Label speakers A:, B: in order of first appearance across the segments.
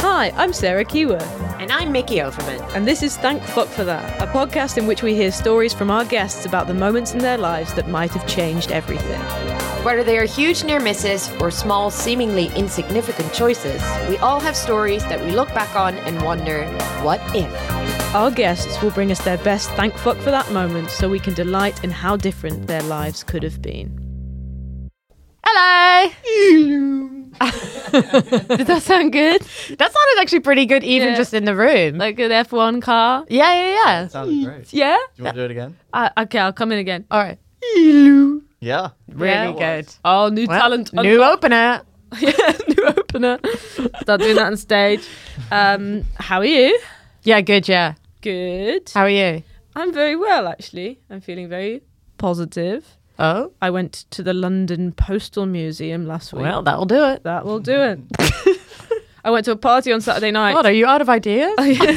A: Hi, I'm Sarah Kewer,
B: And I'm Mickey Overman.
A: and this is Thank Fuck for That, a podcast in which we hear stories from our guests about the moments in their lives that might have changed everything.
B: Whether they are huge near misses or small, seemingly insignificant choices, we all have stories that we look back on and wonder, what if?
A: Our guests will bring us their best Thank Fuck for That moment so we can delight in how different their lives could have been.
B: Hello!
C: Did that sound good?
B: That sounded actually pretty good, even
C: Yeah.
B: just in the room.
C: Like an F1 car?
B: yeah, yeah, yeah.
D: Sounded great. Do
C: Yeah?
D: you want to do it again?
C: Uh, okay, I'll come in again.
B: All right.
D: Yeah.
B: Really good.
C: Oh, new
B: Well,
C: talent.
B: New opener.
C: yeah, new opener. Start doing that on stage. Um, how are you?
B: Yeah, good, yeah.
C: Good.
B: How are you?
C: I'm very well, actually. I'm feeling very positive.
B: Oh,
C: I went to the London Postal Museum last week.
B: well, that'll do it.
C: that will do it. I went to a party on Saturday night.
B: God, are you out of ideas?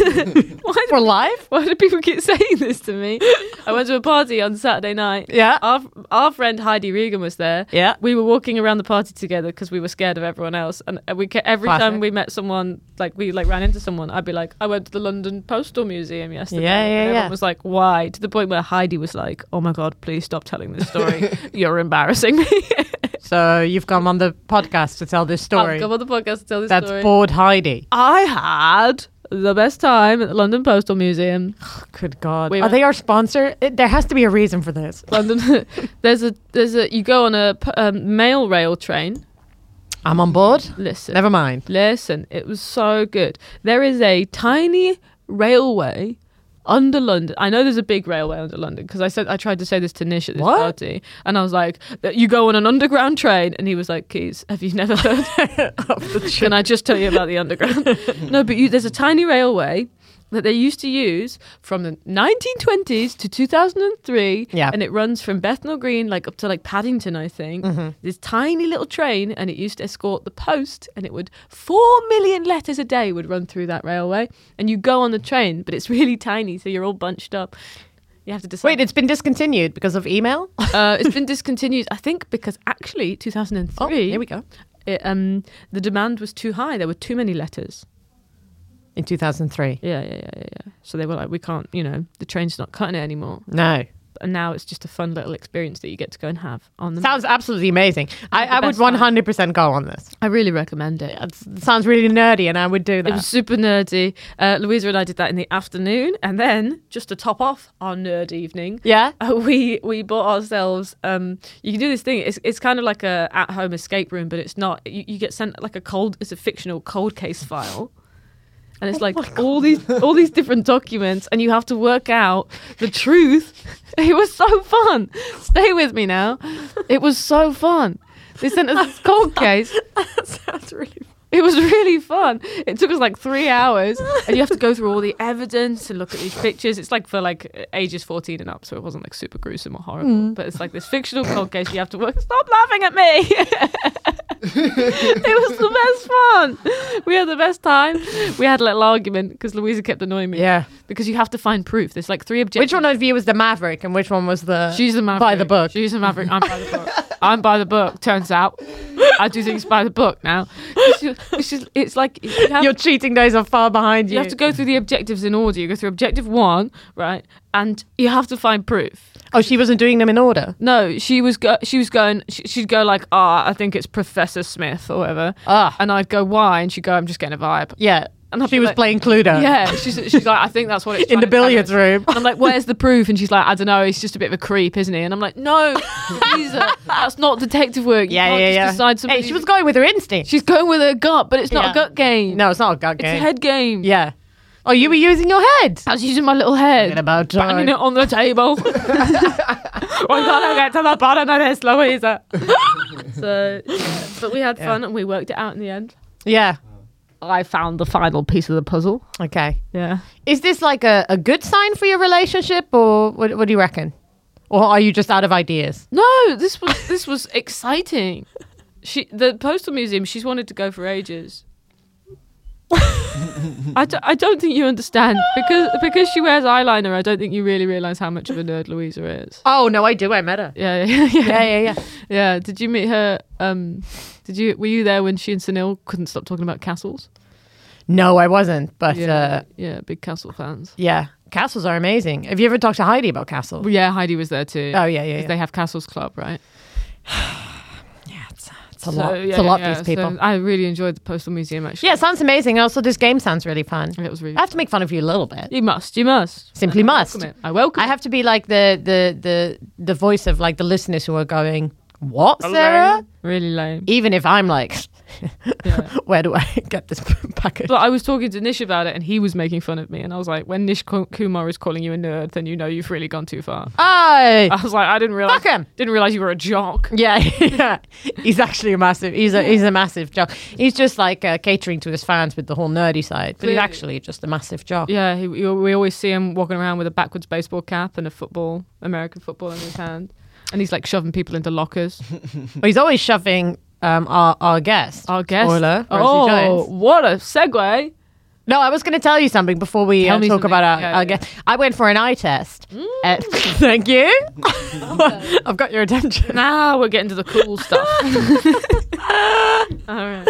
C: Why
B: For life?
C: Why do people keep saying this to me? I went to a party on Saturday night.
B: Yeah.
C: Our, our friend Heidi Regan was there.
B: Yeah.
C: We were walking around the party together because we were scared of everyone else. And uh, we ca- every
B: Classic.
C: time we met someone, like we like ran into someone, I'd be like, I went to the London Postal Museum yesterday.
B: Yeah, yeah,
C: and everyone
B: yeah.
C: was like, why? To the point where Heidi was like, oh my God, please stop telling this story. You're embarrassing me.
B: So you've come on the podcast to tell this
C: I'll
B: story.
C: come on the podcast to tell this
B: That's
C: story. Oh,
B: bored Heidi.
C: I had the best time at the London Postal Museum.
B: Good God.
C: We
B: are
C: went-
B: they our sponsor? It, there has to be a reason for this.
C: London. there's a there's a you go on a p- um, mail rail train.
B: I'm on board.
C: Listen,
B: Never mind.
C: listen. It was so good. There is a tiny railway under London. I know there's a big railway under London because I said I tried to say this to Nish at this
B: What?
C: party, and I was like, "That you go on an underground train," and he was like, "Keys, have you never heard?" Can I just tell you about the underground? no, but you, there's a tiny railway. That they used to use from the 1920s to 2003,
B: Yeah.
C: and it runs from Bethnal Green like up to like Paddington, I think.
B: Mm-hmm.
C: This tiny little train, and it used to escort the post, and it would four million letters a day would run through that railway, and you go on the train, but it's really tiny, so you're all bunched up. You have to decide.
B: Wait, it's been discontinued because of email?
C: uh, it's been discontinued, I think, because actually 2003.
B: Oh, here we go.
C: It, um, the demand was too high. There were too many letters.
B: In 2003.
C: Yeah, yeah, yeah, yeah. yeah. So they were like, we can't, you know, the train's not cutting it anymore.
B: No.
C: And now it's just a fun little experience that you get to go and have on the.
B: Sounds absolutely amazing. I, I would
C: best time.
B: 100% go on this.
C: I really recommend it.
B: It sounds really nerdy and I would do that.
C: It was super nerdy. Uh, Louisa and I did that in the afternoon, and then just to top off our nerd evening,
B: yeah?
C: uh, we we bought ourselves. Um, you can do this thing. It's it's kind of like a at home escape room, but it's not. You, you get sent like a cold. It's a fictional cold case file. And it's like all these all these different documents, and you have to work out the truth. It was so fun. Stay with me now. It was so fun. They sent us this cold case.
B: That's really
C: It was really fun. It took us like three hours, and you have to go through all the evidence and look at these pictures. It's like for like ages fourteen and up, so it wasn't like super gruesome or horrible.
E: Mm.
C: But it's like this fictional cold case you have to work. Stop laughing at me. it was the best fun. We had the best time. We had a little argument because Louisa kept annoying me.
E: Yeah.
C: because you have to find proof. There's like three objectives.
E: Which one of you was the maverick and which one was the
C: She's the maverick.
E: by the book?
C: She's the maverick. I'm by the book. I'm by the book. Turns out, I do things by the book now. It's, ju- it's just- it's like you have,
E: Your cheating days are far behind you.
C: you have to go through the objectives in order. You go through objective one, right, and you have to find proof.
E: oh, she wasn't doing them in order.
C: No, she was go- she was going. She- she'd go like, ah, I think it's Professor Smith or whatever.
E: Ah.
C: and I'd go, why? And she'd go, I'm just getting a vibe.
E: Yeah,
C: And I'd
E: she
C: be
E: was
C: like-
E: playing Cluedo.
C: Yeah, she's, she's like, I think that's what it's
E: In
C: trying
E: the
C: to
E: billiards
C: tell us."
E: room.
C: And I'm like, where's the proof? And she's like, I don't know. He's just a bit of a creep, isn't he? And I'm like, no, Lisa, that's not detective work. You
E: yeah,
C: can't
E: yeah,
C: just
E: yeah.
C: Decide somebody.
E: hey, she was going with her instinct.
C: She's going with her gut, but it's not
E: Yeah.
C: a gut game.
E: no, it's not a gut
C: it's
E: game.
C: a head game.
E: Yeah. Oh, you were using your head.
C: I was using my little head.
E: Forget about
C: banging
E: time.
C: it on the table. Why can't I get to the bottom of this, Louisa? so, yeah, but we had fun and we worked it out in the end.
E: Yeah.
C: I found the final piece of the puzzle.
E: Okay.
C: Yeah.
E: Is this like a, a good sign for your relationship, or what, what do you reckon? Or are you just out of ideas?
C: No, this was this was exciting. She the postal museum. She's wanted to go for ages. I, do, I don't think you understand because because she wears eyeliner. I don't think you really realize how much of a nerd Louisa is.
E: Oh no, I do. I met her.
C: Yeah, yeah, yeah,
E: Yeah, yeah, yeah.
C: Yeah, Did you meet her? Um, did you were you there when she and Sunil couldn't stop talking about castles?
E: No, I wasn't. But
C: Yeah,
E: uh,
C: yeah, big castle fans.
E: yeah, castles are amazing. Have you ever talked to Heidi about castles?
C: Well, yeah, Heidi was there too.
E: Oh, yeah, yeah,
C: 'Cause
E: yeah.
C: They have castles club, right?
E: It's a lot.
C: yeah,
E: it's a lot.
C: yeah,
E: these
C: so
E: people.
C: I really enjoyed the postal museum actually.
E: yeah, it sounds amazing. Also, this game sounds really fun.
C: it was really.
E: I have to make fun of you a little bit.
C: You must. You must.
E: Simply
C: I
E: must.
C: Welcome it. I welcome.
E: I have to be like the the the the voice of like the listeners who are going, "What, Sarah?"
C: it. Really lame.
E: Even if I'm like,
C: Yeah.
E: "Where do I get this package?"
C: But I was talking to Nish about it, and he was making fun of me. And I was like, "When Nish Ku- Kumar is calling you a nerd, then you know you've really gone too far."
E: Aye.
C: I was like, "I didn't realize.
E: Fuck him.
C: Didn't realize you were a jock."
E: Yeah, yeah. He's actually a massive. He's a he's a massive jock. He's just like uh, catering to his fans with the whole nerdy side, but he's
C: Clearly.
E: actually just a massive jock.
C: Yeah, he, we we always see him walking around with a backwards baseball cap and a football, American football in his hand, and he's like shoving people into lockers.
E: But he's always shoving um, our our guest.
C: Our guest.
E: Spoiler, Rosie
C: oh,
E: Jones.
C: what a segue!
E: No, I was going to tell you something before we
C: Tell
E: uh,
C: me
E: talk
C: something.
E: about our,
C: Yeah,
E: our
C: yeah.
E: guest. I went for an eye test. at-
C: Mm.
E: thank you. I've got your attention.
C: Now we're getting to the cool stuff. All right.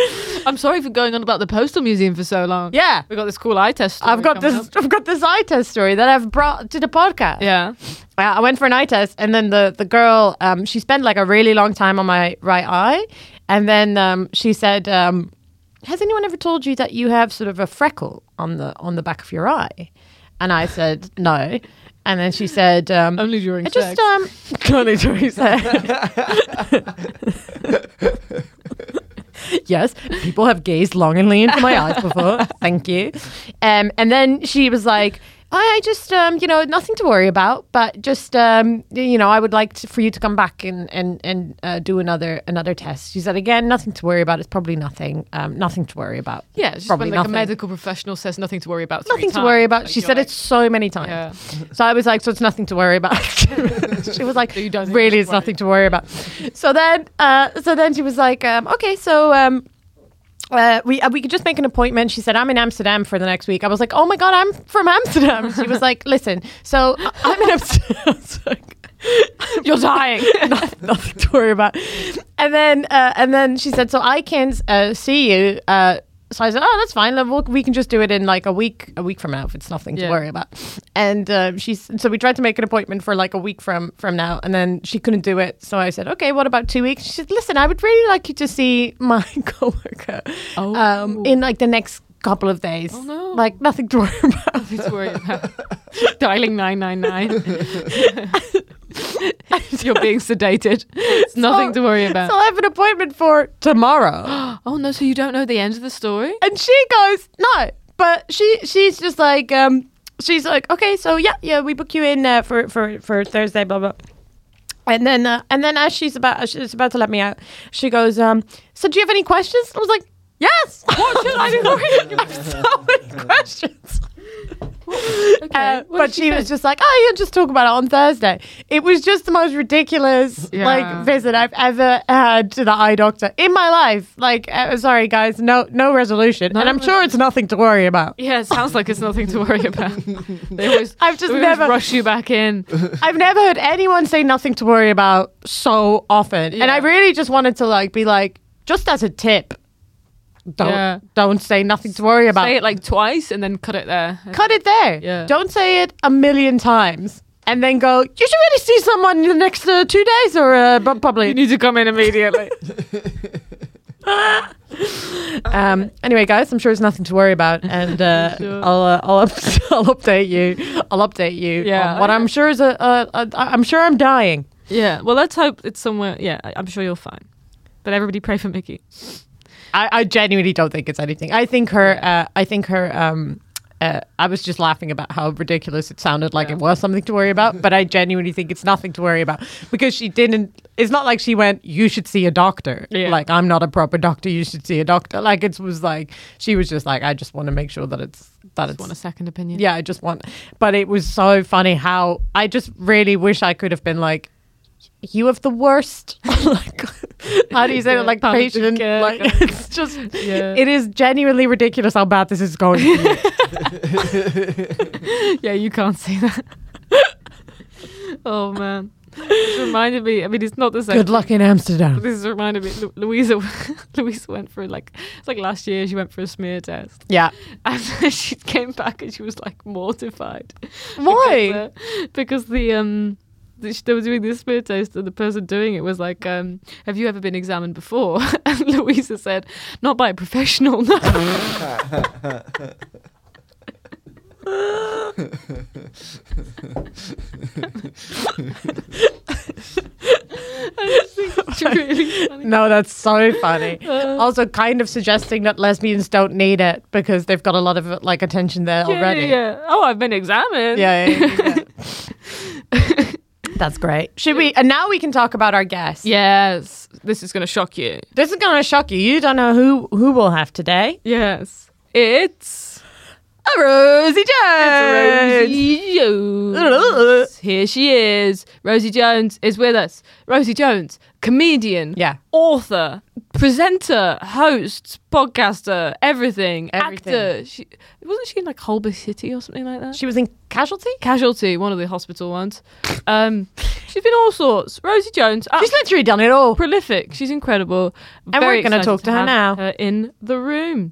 C: I'm sorry for going on about the postal museum for so long.
E: Yeah.
C: we got this cool eye test. story
E: I've got
C: coming
E: this.
C: up.
E: I've got this eye test story that I've brought to the podcast.
C: Yeah.
E: Uh, I went for an eye test, and then the the girl, um, she spent like a really long time on my right eye, and then um, she said, um, "Has anyone ever told you that you have sort of a freckle on the on the back of your eye?" And I said, "No." And then she said, um,
C: Only during
E: I just
C: sex.
E: um, only during sex. yes, people have gazed longingly into my eyes before. Thank you. Um, and then she was like, I, I just, um, you know, nothing to worry about, but just, um, y- you know, I would like to, for you to come back and and and uh, do another another test. She said again, nothing to worry about. It's probably nothing, um, nothing to worry about.
C: Yeah, it's just
E: probably
C: when like
E: nothing.
C: a medical professional says nothing to worry about. three
E: Nothing to
C: times.
E: worry about.
C: Like,
E: she
C: you're
E: said
C: like,
E: it so many times.
C: Yeah.
E: So I was like, so it's nothing to worry about. she was like,
C: you don't think
E: really,
C: it's
E: it's nothing to worry about. So then, uh, so then she was like, um, okay, so um, uh, we uh, we could just make an appointment. She said, I'm in Amsterdam for the next week. I was like, oh my god, I'm from Amsterdam. She was like, listen, so I- I'm in Amsterdam. I was like,
C: You're dying.
E: Noth- nothing to worry about. And then uh, and then she said, so I can uh, see you. Uh, so I said, oh, that's fine. Then we'll, we can just do it in like a week, a week from now. If it's nothing to
C: Yeah.
E: worry about. And um, she's so we tried to make an appointment for like a week from from now, and then she couldn't do it. So I said, okay, what about two weeks? She said, listen, I would really like you to see my coworker um, in like the next couple of days. Oh,
C: Oh. no.
E: Like nothing to worry about.
C: nothing to worry about. Dialing nine nine nine. You're being sedated. It's nothing to worry about.
E: So I have an appointment for tomorrow.
C: oh no, so you don't know the end of the story?
E: And she goes, no. But she she's just like, um, she's like, okay, so yeah, yeah, we book you in uh, for for for Thursday, blah blah. And then uh, and then as she's about as she's about to let me out, she goes, um, so do you have any questions? I was like, Yes. What should I be worrying about? So many questions. Uh, but she, was just like, oh, you'll just talk about it on Thursday. It was just the most ridiculous
C: Yeah.
E: like visit I've ever had to the eye doctor in my life. Like, uh, sorry guys, no no resolution, and I'm sure it's nothing to worry about.
C: Yeah, it sounds like it's nothing to worry about. They always,
E: I've just
C: they always
E: never-
C: rush you back in.
E: I've never heard anyone say nothing to worry about so often, and I really just wanted to like be like, just as a tip, don't
C: Yeah.
E: don't say nothing to worry about.
C: Say it like twice and then cut it there.
E: cut it there.
C: Yeah.
E: Don't say it a million times and then go, you should really see someone in the next uh, two days or uh, bu- probably.
C: You need to come in immediately.
E: um, anyway, guys, I'm sure it's nothing to worry about. And uh, I'll, uh, I'll, up- I'll update you. I'll update you
C: Yeah.
E: on what I'm sure is a, a, a, I'm sure I'm dying.
C: yeah. Well, let's hope it's somewhere. Yeah, I- I'm sure you're fine. But everybody pray for Mickey.
E: I, I genuinely don't think it's anything. I think her, uh, I think her, um, uh, I was just laughing about how ridiculous it sounded like it was something to worry about, but I genuinely think it's nothing to worry about because she didn't. It's not like she went, "You should see a doctor."
C: Yeah.
E: Like I'm not a proper doctor. You should see a doctor. Like it was like she was just like, "I just want to make sure that it's that
C: Just
E: it's
C: want a second opinion.
E: yeah, I just want. But it was so funny how I just really wish I could have been like, you have the worst. like, how do you say
C: Yeah,
E: it? Like
C: palliative
E: patient.
C: care
E: Like
C: kind of-
E: it's just.
C: Yeah.
E: It is genuinely ridiculous how bad this is going. to be.
C: Yeah, you can't say that. oh man, this reminded me. I mean, it's not the same.
E: Good luck in Amsterdam.
C: This reminded me. Lu- Louisa, Louisa went for like it's like last year. She went for a smear test,
E: Yeah.
C: and she came back and she was like mortified.
E: Why?
C: Because, uh, because the um. the- sh- They were doing this smear test, and the person doing it was like, um, "Have you ever been examined before?" And Louisa said, "Not by a professional, no." It's really funny.
E: No, that's so funny. also, kind of suggesting that lesbians don't need it because they've got a lot of like attention there
C: Yeah,
E: already.
C: Yeah, yeah. Oh, I've been examined.
E: Yeah, yeah, yeah, yeah. That's great. Should we? And now we can talk about our guest.
C: Yes. This is going to shock you.
E: This is going to shock you. You don't know who who we'll have today.
C: Yes. It's
E: A Rosie Jones.
C: Rosie Jones. Here she is. Rosie Jones is with us. Rosie Jones, comedian,
E: Yeah.
C: author, presenter, host, podcaster, everything,
E: Everything.
C: actor. She, wasn't she in like Holby City or something like that?
E: She was in Casualty.
C: Casualty, one of the hospital ones. Um, she's been all sorts. Rosie Jones,
E: She's literally done it all.
C: prolific. She's incredible.
E: And
C: Very
E: we're gonna
C: excited
E: talk to her
C: have
E: now.
C: Her in the room.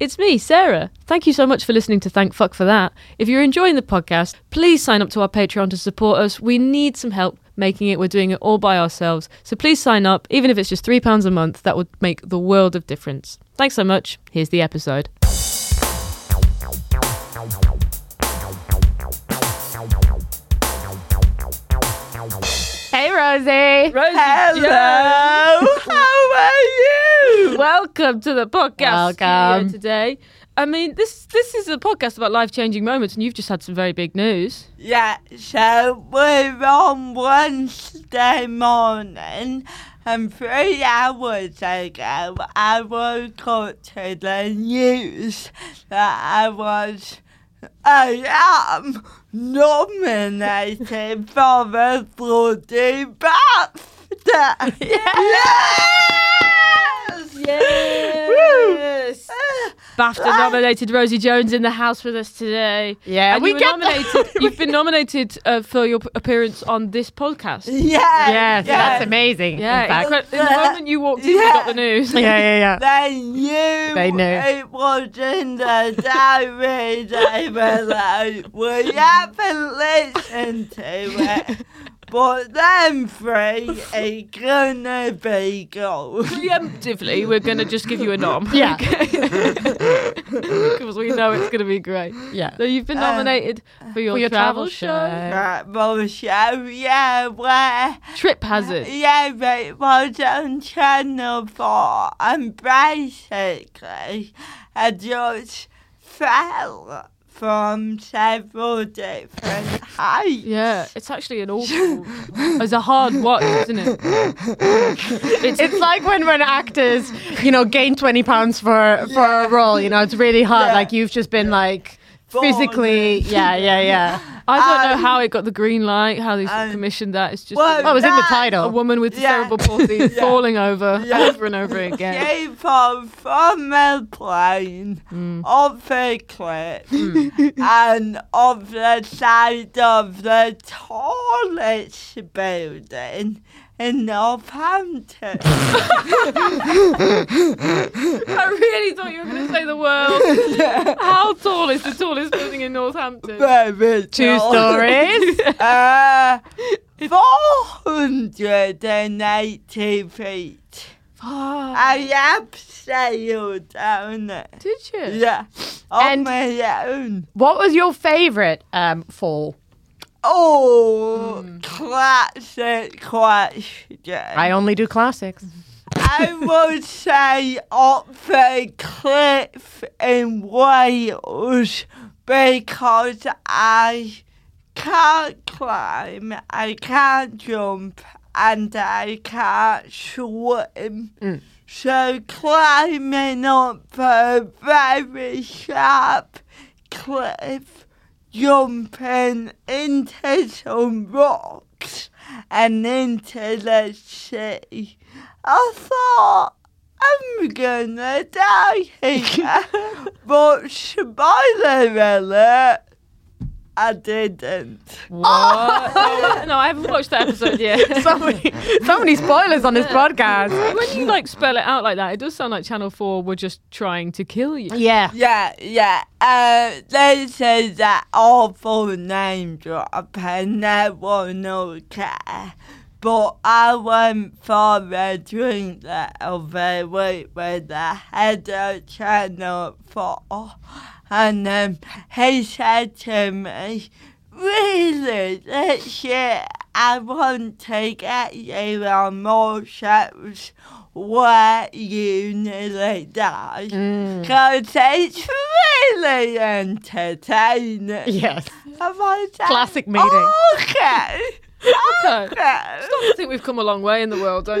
C: it's me, Sarah. Thank you so much for listening to Thank Fuck for That. If you're enjoying the podcast, please sign up to our Patreon to support us. We need some help making it. We're doing it all by ourselves. So please sign up, even if it's just £3 a month. That would make the world of difference. Thanks so much. Here's the episode.
E: Hey, Rosie.
C: Rosie
E: Hello. how are you?
C: Welcome to the podcast studio
E: Welcome.
C: today. I mean, this this is a podcast about life changing moments, and you've just had some very big news.
F: Yeah, so we're on Wednesday morning, and three hours ago, I woke up to the news that I was
E: I am nominated for the bloody BAFTA.
C: Yes. BAFTA nominated Rosie Jones in the house with us today.
G: Yeah,
C: and
G: we
C: you were
G: get that.
C: nominated. You've been nominated uh, for your p- appearance on this podcast.
E: Yeah,
G: Yes, yeah. that's amazing,
C: Yeah,
G: in fact.
C: incre- the moment you walked in, we got the news.
G: yeah,
E: They knew.
G: They knew.
E: It was in the diary. They were like, we haven't listened to it. But them three are gonna be gold.
C: Preemptively, we're gonna just give you a nom.
E: Yeah.
C: because we know it's gonna be great.
G: Yeah.
C: So you've been
E: Um,
C: nominated for your, travel, show.
E: Travel show, yeah, where
C: Trip Hazard.
E: Yeah, but it was on Channel 4, and basically, I just fell from several different heights.
C: Yeah, it's actually an awful. it's a hard watch, isn't it?
G: It's, like when, when actors, you know, gain 20 pounds for, for a role, you know, it's really hard. Like you've just been like physically, yeah, yeah, yeah.
C: I don't know how it got the green light, how they commissioned that. It's just
G: Well, Oh, it was in the that- title.
C: A woman with cerebral palsy falling over over and over again.
E: She fell from a plane
G: Mm.
E: off a cliff and off the side of the tallest building in Northampton.
C: I really thought you were going to say the world. How tall is the tallest building in Northampton?
E: Very
C: Two
E: tall.
C: stories.
E: uh, 480 feet. I abseiled down it.
C: Ah, Did you?
E: Yeah. On my own.
G: What was your favorite um, fall?
E: Oh, classic question.
G: I
E: I,
G: only do classics.
E: would say Otford Cliff in Wales because I can't climb, I can't jump, and I can't swim. So climbing up a very sharp cliff, jumping into some rocks and into the sea. I thought I'm gonna die here, but spoiler alert, I didn't.
C: What? no, I haven't watched that episode yet.
G: so, many, so many spoilers on this podcast.
C: When you like spell it out like that, it does sound like Channel Four were just trying to kill you.
E: Yeah, yeah. Uh, they say that awful name drop and everyone will care. But I went for a drink the other week with the head of Channel 4. And um, he said to me, Really, this year I want to get you on more shows where you nearly die.
G: Mm.
E: Because it's really entertaining.
G: Yes.
E: And I said,
G: Classic meeting.
E: Okay.
C: Okay.
E: okay.
C: Stop to think we've come a long way in the world, don't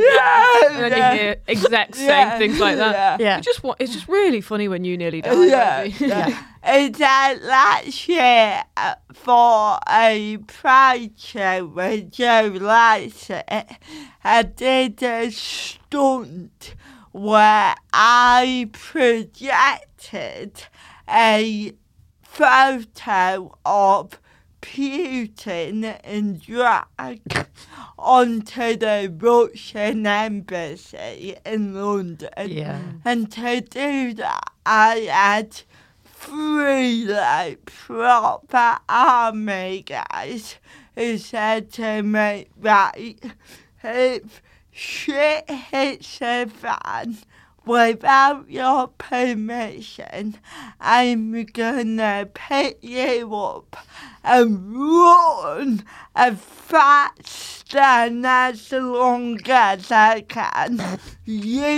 E: Yeah,
C: you? And then
E: yeah.
C: you hear exact same
E: Yeah,
C: things like that.
E: yeah.
C: You just want, it's just really funny when you nearly die. don't
E: Yeah.
C: you?
E: yeah. And then last year uh, for a pride show with Joe Lycett, I did a stunt where I projected a photo of Putin in drag onto the Russian embassy in London.
G: Yeah.
E: And to do that, I had three like proper army guys who said to me, right, if shit hits the fan without your permission, I'm gonna pick you up and run as fast and as long as I can.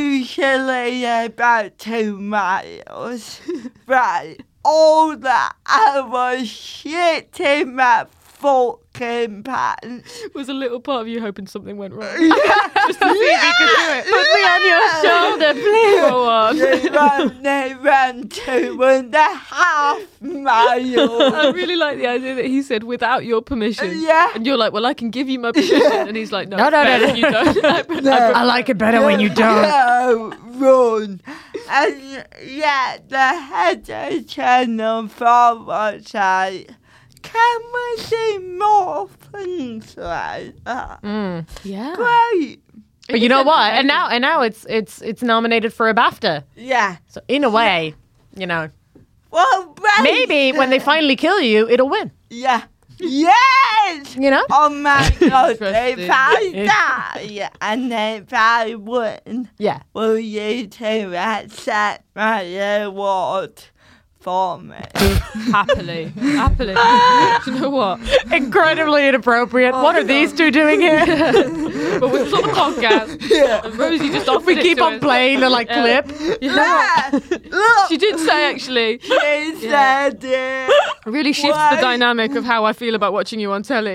E: Usually about two miles. right. All that I was shitting my fucking pants.
C: Was a little part of you hoping something went wrong? Just to see if you could do it.
E: Put me on your shoulder,
C: please. Go on.
E: They ran, they ran two and a half mile.
C: I really like the idea that he said without your permission.
E: Yeah.
C: And you're like, well, I can give you my permission, and he's like, no,
G: No, no,
C: Ben,
G: no, no.
C: you don't. I pre- I pre-
G: I like it better when you don't.
E: No, run. And yeah, the header channel for was like, can we see more things like that?
C: Yeah.
E: Great.
G: But you know what? And now and now it's it's it's nominated for a BAFTA.
E: Yeah.
G: So in a way, you know,
E: Well, right.
G: maybe when they finally kill you, it'll win.
E: Yeah. Yes!
G: You know?
E: Oh my god,
G: Interesting.
E: if I die and if I win,
G: yeah.
E: will you two accept my reward for me?
C: happily, happily. Do you know what?
G: Ah.
C: Oh,
G: Incredibly inappropriate. what are these two doing here?
C: But we've got the podcast. Yeah. And Rosie just offered
G: we
C: it
G: keep
C: to
G: on
C: us.
G: playing the like
C: Yeah.
G: clip.
C: You know what?
E: Look!
C: She did say actually.
E: She said it.
C: It really shifts
E: Why?
C: the dynamic of how I feel about watching you on telly.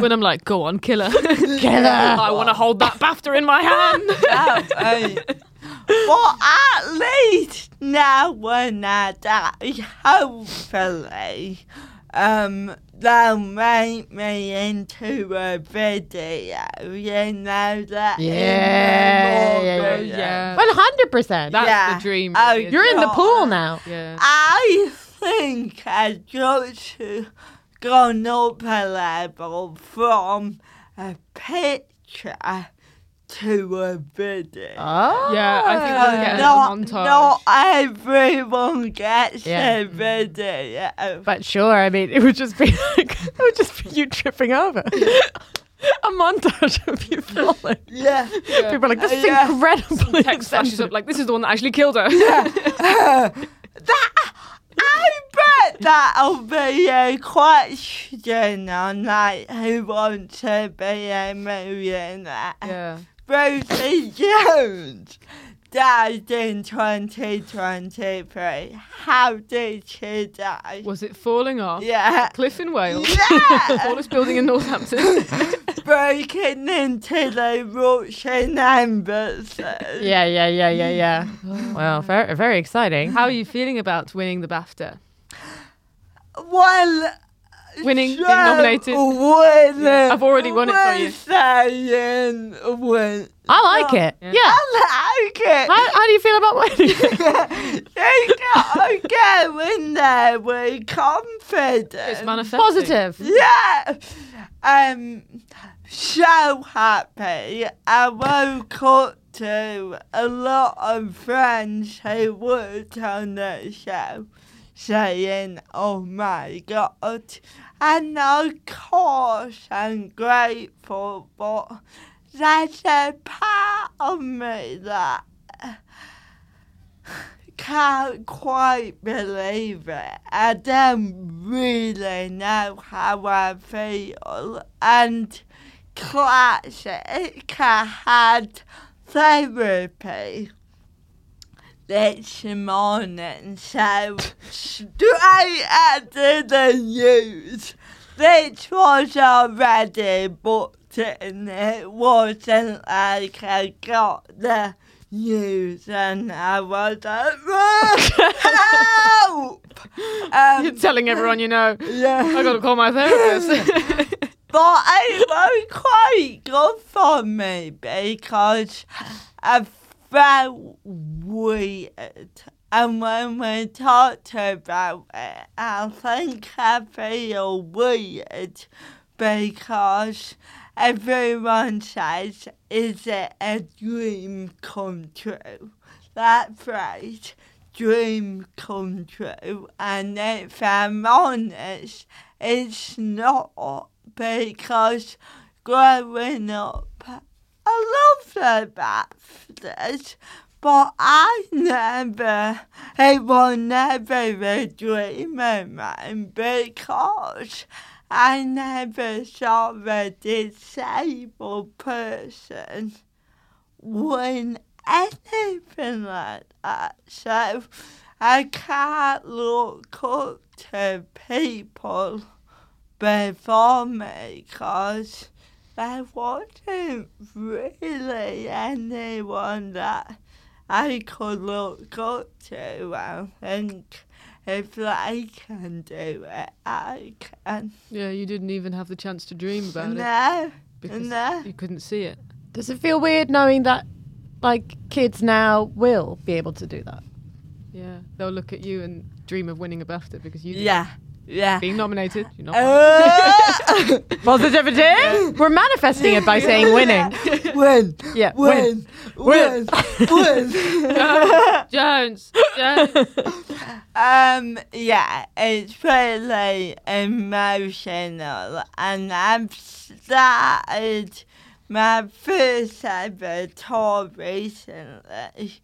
C: When I'm like, go on, killer.
G: Killer.
C: I want to hold that BAFTA in my hand.
E: Oh, hey. well, at least now when I die, hopefully, um, they'll make me into a video, you know, that
G: Yeah, yeah, yeah,
C: yeah.
G: One hundred percent.
C: That's
E: Yeah.
C: the dream.
E: Oh,
C: really,
G: You're in the pool now.
C: Yeah.
E: I think I got to gone up a level from a picture to a video.
G: Oh.
C: Yeah, I think we'll get a
E: not,
C: montage.
E: not everyone gets
G: Yeah.
E: a video.
G: But sure, I mean, it would just be like it would just be you tripping over. A montage of you falling.
E: yeah.
G: People are like, this is
E: Uh, yeah.
G: incredibly
C: Text flashes
G: insensitive.
C: up like, this is the one that actually killed her.
E: I bet that'll be a question on like who wants to be a millionaire.
C: yeah.
E: Rosie Jones died in 2023. How did she die?
C: Was it falling off?
E: Yeah.
C: Cliff in Wales.
E: Yeah.
C: Tallest building in Northampton.
E: Breaking into the Russian embassy.
G: Yeah, yeah, yeah, yeah, yeah. Well, very, very exciting.
C: How are you feeling about winning the BAFTA?
E: Well,
C: Winning, being
E: so
C: nominated.
E: When,
C: I've already won it for you.
E: Saying, when,
G: I like it. Yeah.
E: I like it.
G: How, how do you feel about winning?
E: You gotta go in there with confidence.
C: It's manifesting.
G: Positive.
E: Yeah. Um so happy. I woke up to a lot of friends who worked on the show saying, Oh my god and of course I'm grateful but there's a part of me that can't quite believe it. I don't really know how I feel. And classic, I had therapy this morning, so straight after the news, which was already booked in. It wasn't like I got the news and I was like, "Look, help!
C: You're
E: Um,
C: telling everyone you know.
E: yeah.
C: I gotta call my therapist.
E: But it was quite good for me because I felt weird. And when we talked about it, I think I feel weird because everyone says, Is it a dream come true? That phrase, dream come true. And if I'm honest, it's not because growing up, I love the Baptist, but I never, it will never be dream of mine because I never saw a disabled person win anything like that. So I can't look up to people before me because there wasn't really anyone that I could look up to. I think if they can do it, I can.
C: Yeah, you didn't even have the chance to dream about
E: No,
C: it. Because you couldn't see it.
G: Does it feel weird knowing that, like, kids now will be able to do that?
C: Yeah, they'll look at you and dream of winning a BAFTA because you. did.
G: Yeah, yeah.
C: Being nominated, you're not.
E: Oh.
G: Positivity? We're manifesting it by saying winning.
E: Win.
G: Yeah,
E: win. Win. Win.
C: Jones.
E: um, yeah, it's really emotional, and I've started my first ever tour recently.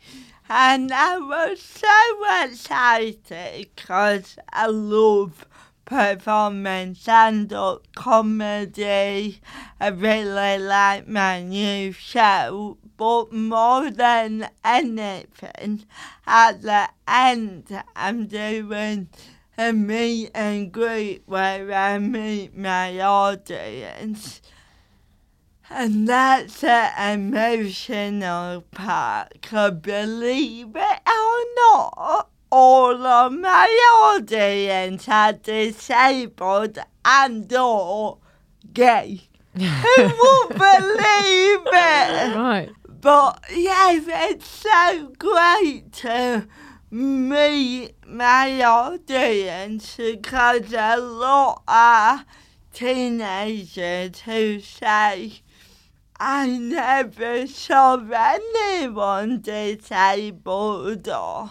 E: And I was so excited because I love performance and up comedy. I really like my new show, but more than anything, at the end, I'm doing a meet and greet where I meet my audience. And that's the emotional part. Could believe it or not, all of my audience are disabled and or gay. Who would believe it?
C: Right.
E: But yes, it's so great to meet my audience because a lot are teenagers who say, I never saw anyone disabled or,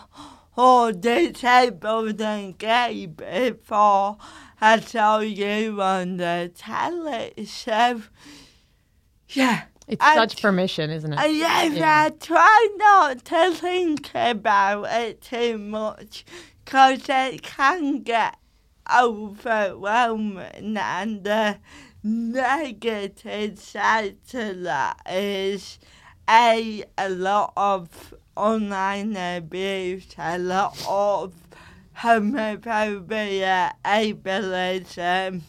E: or disabled and gay before I saw you on the telly. So, yeah.
G: It's
E: I-
G: such permission, isn't it?
E: I yes,
G: Yeah.
E: I Uh, try not to think about it too much because it can get overwhelming and the negative side to that is a, a lot of online abuse, a lot of homophobia, ableism,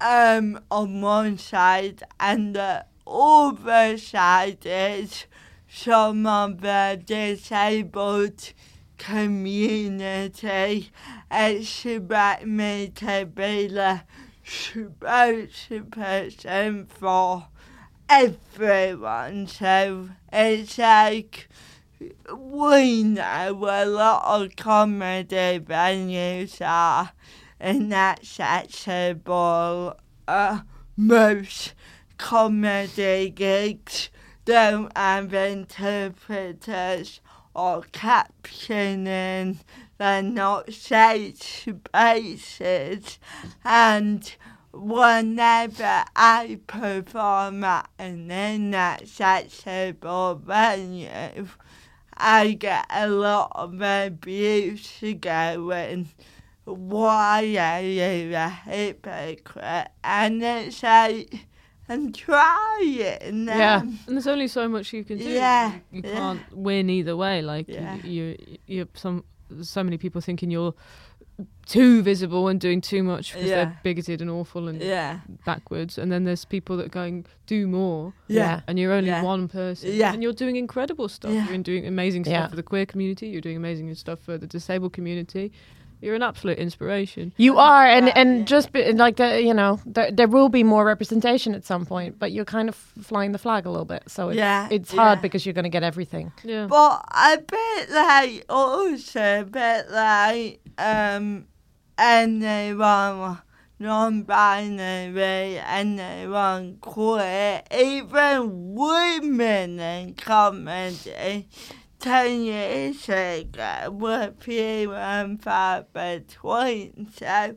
E: um, on one side, and the other side is some of the disabled community expect me to be the spokesperson for everyone. So it's like we know a lot of comedy venues are inaccessible. Uh, most comedy gigs don't have interpreters or captioning. They're not safe spaces. And whenever I perform at an inaccessible venue, I get a lot of abuse going. Why are you a hypocrite? And it's like, I'm trying.
C: Yeah.
E: um,
C: And there's only so much you can do.
E: Yeah,
C: You, you
E: yeah.
C: can't win either way. Like
E: Yeah.
C: you, you, you, some, so many people thinking you're too visible and doing too much because
E: Yeah.
C: they're bigoted and awful and
E: Yeah.
C: backwards. And then there's people that are going do more.
E: Yeah.
C: And you're only one person.
E: Yeah.
C: And you're doing incredible stuff.
E: Yeah.
C: You're doing amazing stuff
G: Yeah.
C: for the queer community. You're doing amazing stuff for the disabled community. You're an absolute inspiration.
G: You are, and and just be, and like the, you know, there, there will be more representation at some point, but you're kind of flying the flag a little bit, so it's,
E: Yeah,
G: it's hard
E: yeah.
G: because you're going to get everything.
C: Yeah.
E: But a bit like also a bit like um anyone non binary, anyone queer, even women in comedy. Ten years ago were few and far between, so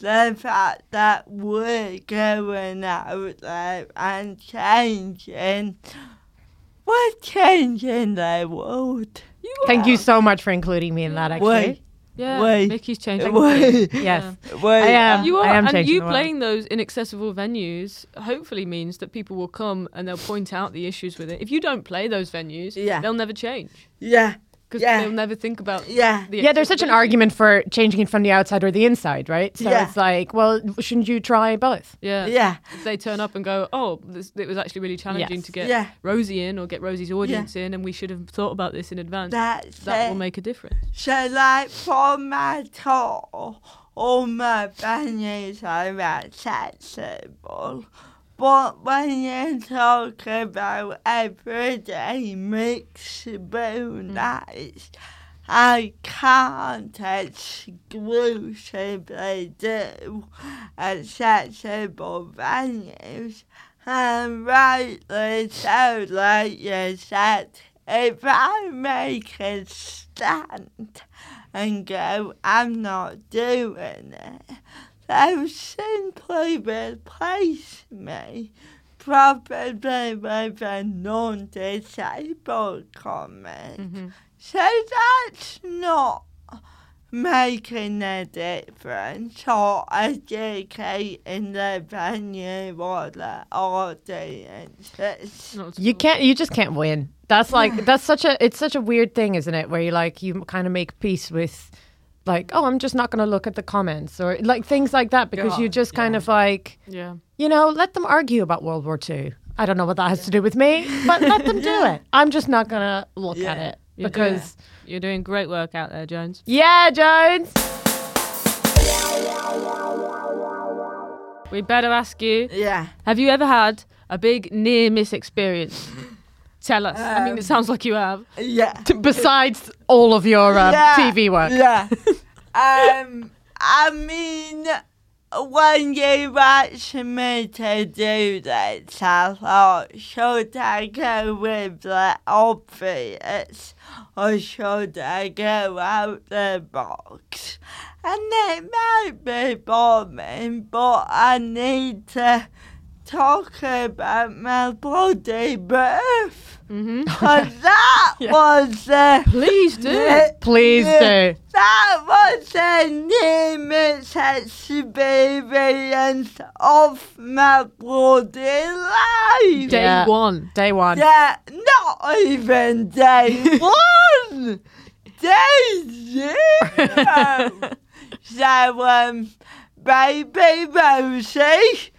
E: the fact that we're going out there and changing we're changing the world.
G: Thank you so much for including me in that. Actually,
E: Wait.
C: Yeah,
E: Wait.
C: Mickey's changing.
G: Wait.
C: the
E: Dạ.
C: game.
G: Yes.
C: Yeah.
G: Wait. I
E: à?
G: am-
C: You are,
G: I am
C: and
G: changing
C: you
G: the world.
C: playing those inaccessible venues hopefully means that people will come and they'll point out the issues with it. If you don't play those venues,
E: Yeah.
C: they'll never change.
E: Yeah,
C: because
E: Yeah.
C: they'll never think about
E: yeah.
C: The
G: yeah, there's such an argument for changing it from the outside or the inside, right? So
C: Yeah.
G: it's like, well, shouldn't you try both?
C: Yeah.
E: Yeah.
C: They turn up and go, oh, this, it was actually really challenging
G: Yes.
C: to get
E: Yeah.
C: Rosie in or get Rosie's audience in, and we should have thought about this in advance.
E: That's
C: that will
E: it.
C: make a difference.
E: Shall I pour my tall on my bunions are accessible? But when you talk about everyday mixed nights, I can't exclusively do accessible venues. And rightly so, like you said, if I make a stand and go, I'm not doing it, they'll simply replace me, probably with a non disabled comment. So that's not making a difference or educating the venue or the audiences.
G: You can't. You just can't win. That's like that's such a. It's such a weird thing, isn't it? Where you like you kind of make peace with, like, oh, I'm just not going to look at the comments or like things like that because you
C: God,
G: just kind of like,
C: Yeah.
G: you know, let them argue about World War II. I don't know what that has to do with me, but let them do it. I'm just not going to look at it
C: You're doing-
G: because
C: you're doing great work out there, Jones.
G: yeah, Jones.
C: We better ask you.
E: Yeah.
C: Have you ever had a big near miss experience? Tell us. I mean, it sounds like you have.
E: Yeah.
G: Besides all of your
C: um,
G: uh,
E: Yeah,
G: TV work,
E: yeah. um, I mean, when you asked me to do this, I thought, should I go with the obvious or should I go out the box? And it might be bombing, but I need to talk about my bloody birth. mm that was the
C: please do
G: Please do.
E: that was a nearness experience of my bloody life.
C: Day one.
G: Day one.
E: Yeah, not even day one. Day zero. so, um, baby Rosie,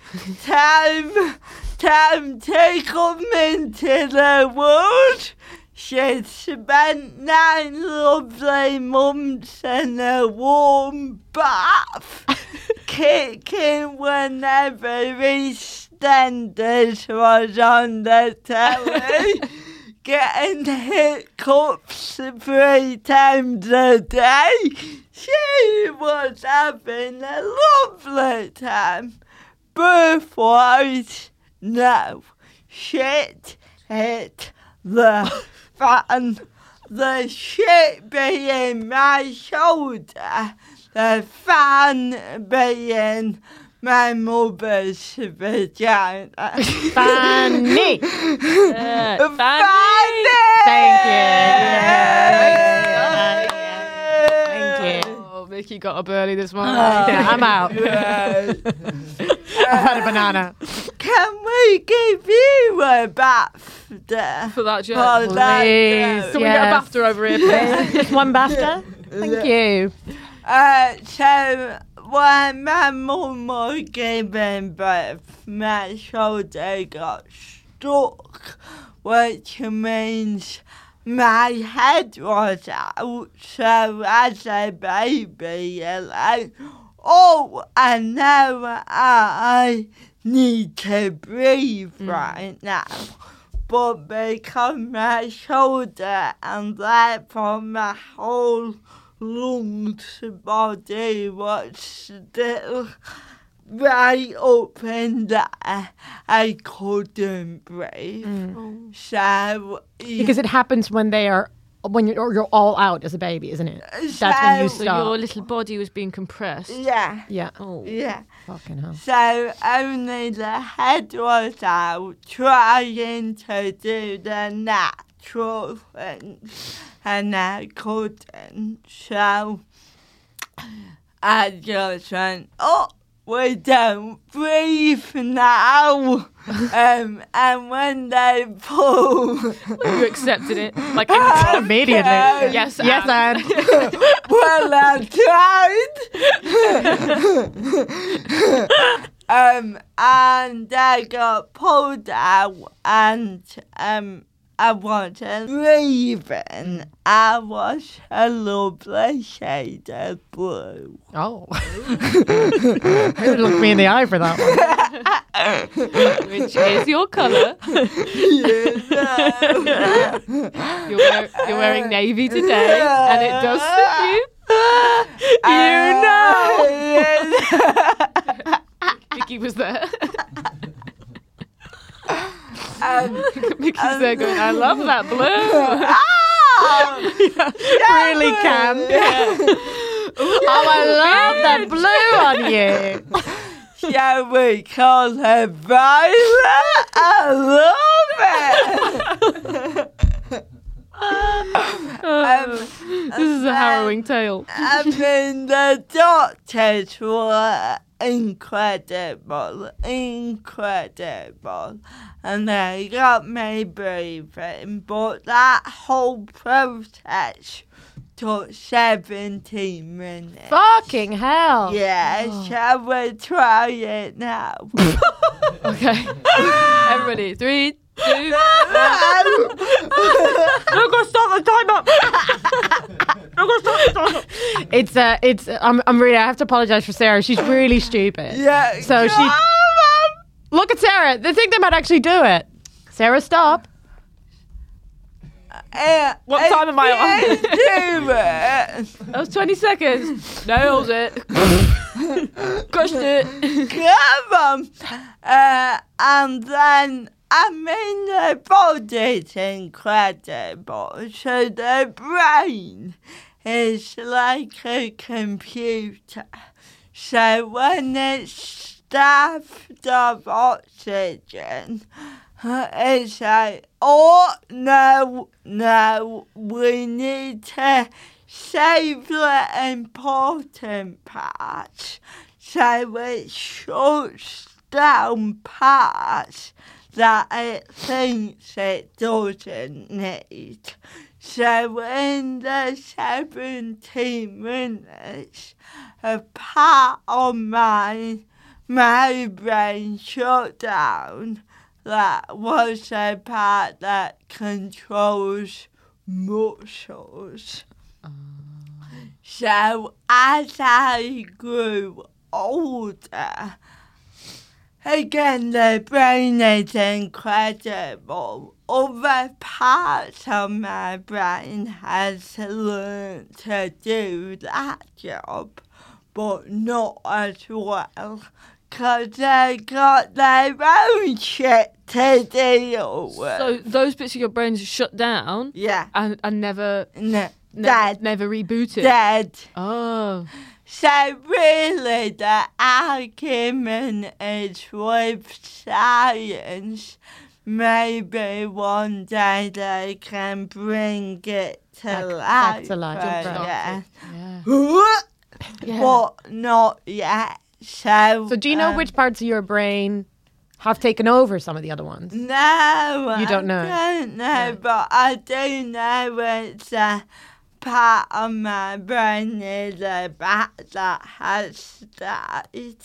E: time, time to come into the world. She spent nine lovely months in a warm bath, kicking whenever his standards was on the telly, getting hiccups three times a day. She was having a lovely time. Birth was no shit hit the fan. The shit being my shoulder, the fan being my mother's vagina.
G: Fanny!
E: Fanny!
G: Thank you.
C: Oh, Mickey got up early this morning.
G: Yeah, I'm out. I had a banana.
E: Can we give you a bath there?
C: For Oh, that joke.
E: For that joke.
C: Can we get a BAFTA over here, please?
G: Just one BAFTA? Thank you.
E: Uh, so when my mum was giving birth, my shoulder got stuck, which means my head was out. So as a baby, you're like, oh, and now I need to breathe right now but because my shoulder and therefore my whole lungs body was still right up in there. I couldn't breathe.
G: Mm.
E: So
G: Because it happens when they are when you're, you're all out as a baby, isn't it? That's when you
E: So-
C: So
G: stop.
C: your little body was being compressed.
E: yeah.
G: yeah.
E: Yeah.
G: Fucking hell.
E: Oh, So only the head was out trying to do the natural things, and I couldn't. So I just went, oh, we don't breathe now. um, and when they pull,
C: you accepted it like
G: immediately.
C: Yes, yes,
G: and.
E: well, I tried. um, and I got pulled out, and um, I wasn't leaving. I was a lovely shade of blue.
G: Oh. you look me in the eye for that one.
C: Which is your colour. you're, wear- you're wearing navy today, and it does suit you. Ah.
E: you know.
C: Mickey was there.
E: um,
C: Mickey's there going, I love that blue.
E: Oh,
G: really can. oh, I love that blue on you.
E: Shall we call her Violet? I love it. um,
C: this is a harrowing tale.
E: I mean, the doctors were incredible, incredible, and they got me breathing. But that whole process took seventeen minutes.
G: Fucking hell.
E: Yeah,
G: Oh.
E: shall we try it now?
C: okay. Everybody, three, two,
E: I'm
C: gonna stop the timer.
G: It's uh it's I'm I'm really I have to apologize for Sarah. She's really stupid.
E: Yeah.
G: So she Look at Sarah. They think they might actually do it. Sarah, stop.
C: What time am I on?
E: on?
C: That was 20 seconds. Nailed it. Crushed it.
E: Come on. Uh, and then, I mean, the body's incredible. So the brain is like a computer. So when it's stuffed of oxygen, it's like, oh no, no, we need to save the important parts. So it shuts down parts that it thinks it doesn't need. So in the 17 minutes, a part of my, my brain shut down that was a part that controls muscles. So as I grew older, again the brain is incredible. Other parts of my brain has learned to do that job, but not as well. Cause they got their own shit to deal with.
C: So those bits of your brains are shut down.
E: Yeah.
C: And and never
E: ne-
C: dead. never rebooted.
E: Dead.
C: Oh.
E: So really, the argument is with science. Maybe one day they can bring it to
G: Back
E: life.
G: to life.
E: again.
G: Yeah.
E: Yeah. But not yet. So,
G: So do you know
E: um,
G: which parts of your brain have taken over some of the other ones?
E: Mm. No,
G: You don't know.
E: I don't know, but I do know it's a part of my brain is a bat that has started.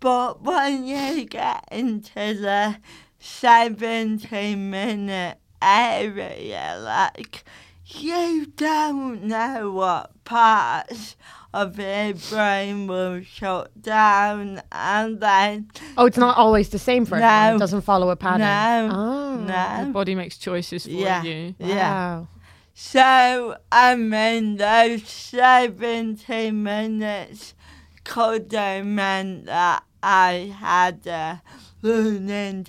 E: But when you get into the 17 minute area, like, you don't know what parts of your brain will shut down and then
G: Oh, it's not always the same for everyone. It
E: No.
G: doesn't follow a pattern.
E: no,
G: Oh.
C: Your
E: no.
C: body makes choices for
E: Yeah.
C: you.
E: Yeah. So I mean, those seventeen minutes could have meant that I had a learning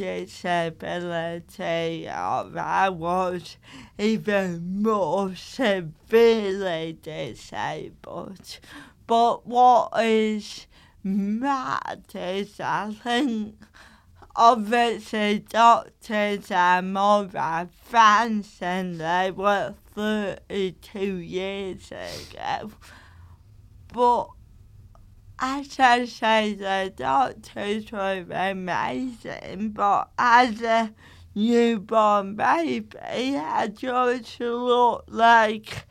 E: disability, or I was even more severely disabled. But what is mad is I think obviously doctors are more advanced than they were 32 years ago. But exercise the doctors were amazing, but as a newborn baby, I just look like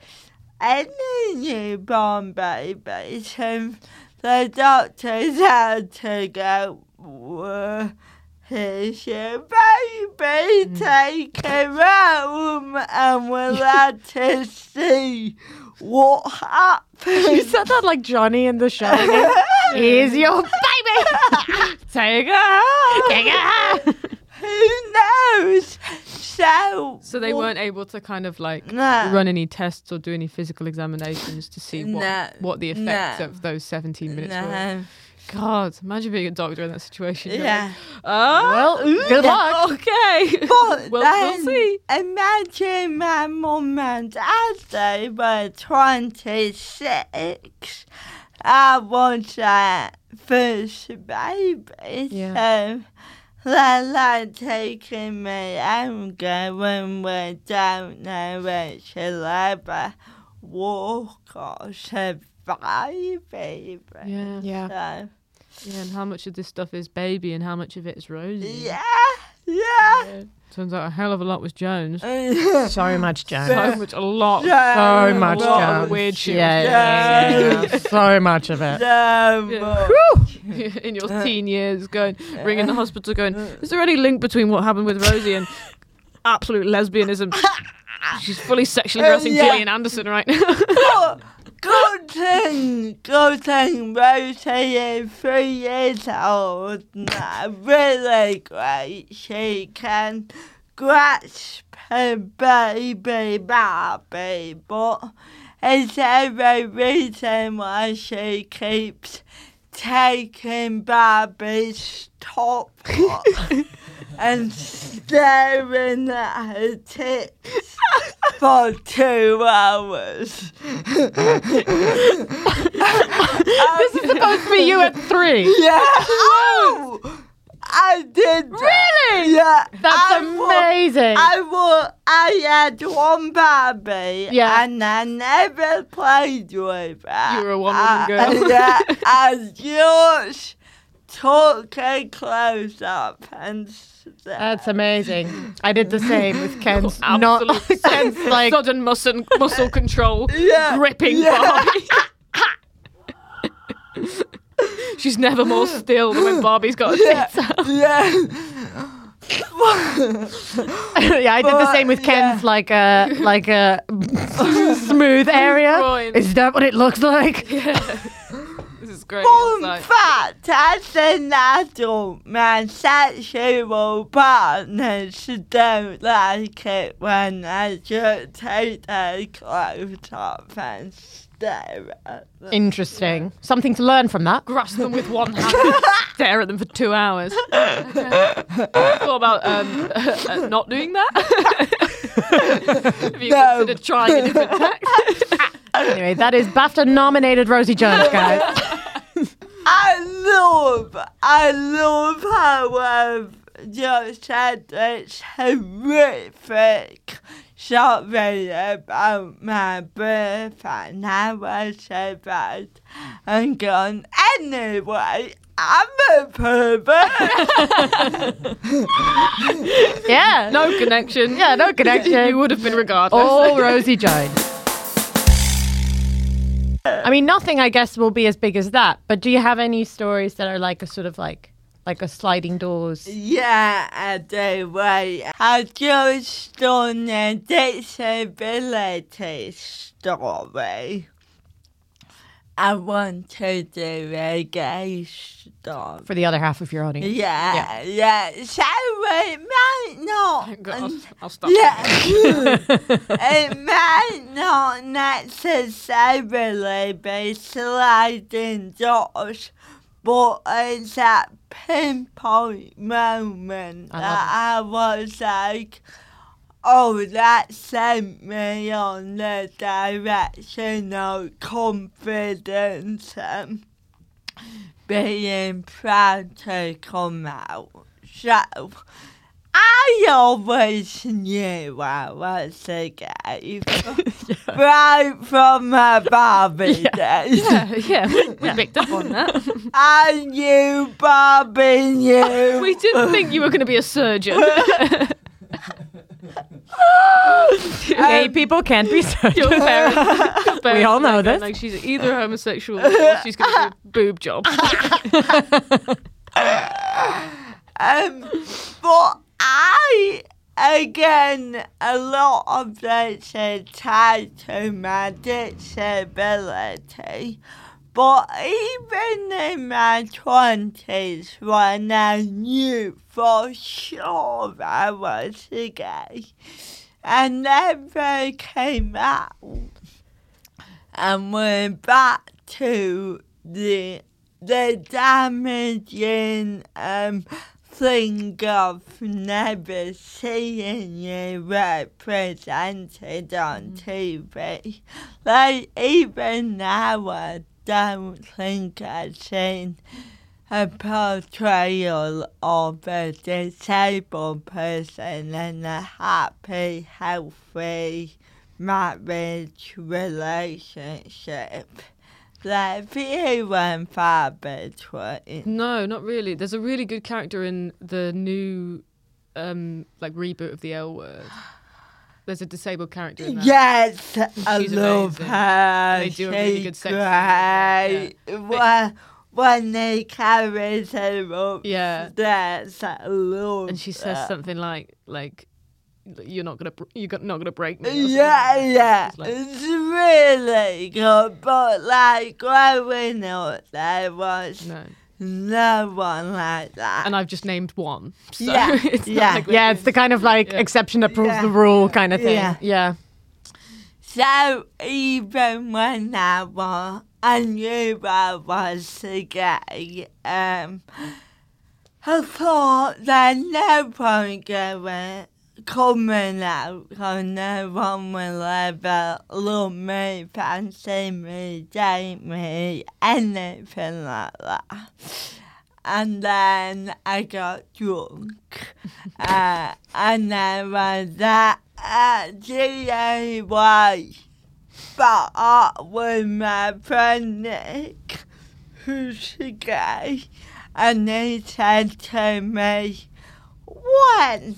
E: any newborn baby. So the doctors had to go, "Well, here's your baby,
G: Mm.
E: take him home and we'll have to see what happens.
G: You said that like Johnny in the show. Here's your baby. Take her home. Take her home.
E: Who knows? So,
C: So they weren't able to kind of like
E: Nah.
C: run any tests or do any physical examinations to see what
E: Nah.
C: what the effects
E: Nah.
C: of those 17 minutes
E: Nah.
C: were. God, imagine being a doctor in that situation. You're
E: Yeah.
C: Like, oh,
E: Well,
C: yeah,
E: good luck."
C: Okay.
E: But
C: Well,
E: then
C: we'll see.
E: imagine my mum and dad, they were 26. I was their first baby,
H: Yeah.
E: so they're like taking me and going, we don't know if she'll ever walk or survive even.
C: Yeah.
E: Yeah. So,
C: Yeah, and how much of this stuff is baby and how much of it is Rosie?
E: yeah, yeah.
C: Turns out a hell of a lot was Jones.
E: Uh,
G: So much Jones.
C: So much, a lot.
G: So much
C: a lot of
G: Jones.
C: weird shit.
G: Yeah, yeah, yeah, yeah, yeah. So much of it.
E: So
C: much. In
E: Uh,
C: your teen years, going ringing the hospital, going, is there any link between what happened with Rosie and absolute lesbianism? She's fully sexually
E: Uh,
C: harassing
E: yeah.
C: Gillian Anderson right now.
E: Go- Good thing, good thing Rosie is three years old now. Really great. She can grasp her baby Barbie, but is there a reason why she keeps taking Barbie's top off and staring at her tits for two hours?
G: this is supposed to be you at three.
E: Yeah. Oh, I did. That.
G: Really?
E: Yeah.
G: That's
E: I
G: amazing.
E: Wa- I wa- I had one baby.
G: Yeah.
E: And I never played with Uh, her.
C: You were a one-woman girl.
E: yeah. And George took her clothes up and. St-
G: That's amazing. I did the same with Ken's not Ken's like
C: sudden muscle muscle control,
E: Yeah.
C: gripping
E: Yeah.
C: Barbie. She's never more still than when Barbie's got a
E: yeah.
C: tits out.
E: yeah.
G: yeah, I did the same with Ken's like a like a smooth area.
E: Groin.
G: Is that what it looks like?
C: This is great.
E: Fun fact, as an adult, my sexual partners don't like it when I just take their clothes off and stare at them.
G: Interesting. Something to learn from that.
C: Grasp them with one hand, and stare at them for two hours. Okay. Thought about um, uh, not doing that. Have you considered trying a different tack?
G: Anyway, that is BAFTA nominated Rosie Jones, guys.
E: I love, I love how um, I've just said this horrific story about my birth and how I survived and gone anyway. I'm a pervert.
G: yeah.
C: No connection.
G: Yeah, no connection.
C: you would have been regardless.
G: All Rosie Jones. I mean, nothing I guess will be as big as that. But do you have any stories that are like a sort of like like a sliding doors?
E: Yeah, I do. Right. I just done a disability story. I want to do a gay story.
G: For the other half of your audience.
E: Yeah, yeah. So it might not.
C: I'll stop.
E: Yeah. hmm, it might not necessarily be sliding doors, but it's that pinpoint moment
G: I love
E: that I was like, oh, that sent me on the direction of confidence and being proud to come out. So I always knew I was "Ah, a gay right from my Barbie days.
C: Yeah, yeah, we, we picked up on that.
E: I knew Barbie knew.
C: we didn't think you were going to be a surgeon.
G: Gay people can't be surgeons.
C: Your parents, your parents
G: all
C: are
G: know
C: like,
G: this.
C: Like she's either homosexual or she's going to do a boob job.
E: Um, but I, again, a lot of this is tied to my disability. But even in my 20s, when I knew for sure I was gay, I never came out. And we're back to the the damaging um thing of never seeing you represented on TV. Like even now I don't think I've seen a portrayal of a disabled person in a happy, healthy marriage relationship. Like few and far between.
C: No, not really. There's a really good character in the new, um, like reboot of the L Word. There's a disabled character in that.
E: Yes, I
C: Mm. She's
E: love
C: amazing.
E: her.
C: They do a really
E: She's
C: good sex. scene.
E: Great. When, when they carry her up
C: Yeah.
E: stairs, I love
C: And she says
E: that.
C: something like, like, you're not gonna, br- you're go- not gonna break me. or something
E: Yeah,
C: like that.
E: yeah.
C: It's like-
E: It's really good, but like growing up, there was
C: no,
E: one like that.
C: and I've just named one. So
E: Yeah,
C: it's not
E: yeah.
C: like we're
G: yeah, it's the kind of like
C: Yeah.
G: exception that proves
E: Yeah.
G: the rule kind of thing.
E: Yeah.
G: Yeah.
E: So even when I was, I knew I was gay. Um, I thought that no one going coming out, or no one will ever love me, fancy me, date me, anything like that. And then I got drunk. uh, and then was that uh, at GAY. But I was my friend Nick, who's gay, and he said to me, When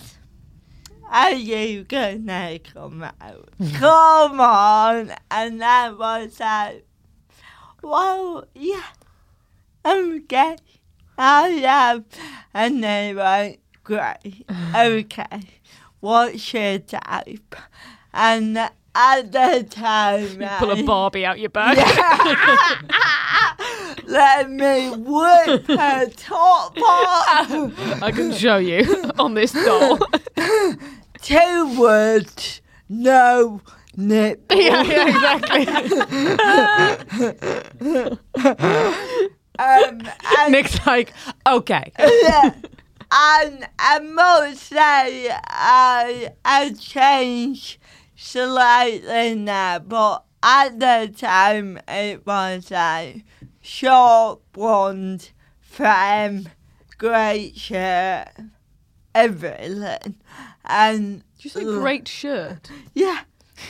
E: are you gonna come out? come on! And I was like, Well, yeah, I'm gay. I am. And they went, Great, okay, what's your type? And at the time,
C: pull a
E: I-
C: Barbie out your bag.
E: let me whip her top off.
C: I can show you on this doll.
E: Two words, no nipple.
C: Yeah, yeah, exactly.
E: um, and,
G: Nick's like, okay.
E: yeah, and I must say, I, I changed slightly now, but at the time it was like short blonde, femme, great shirt, everything. And
C: Did you say great shirt?
E: Yeah.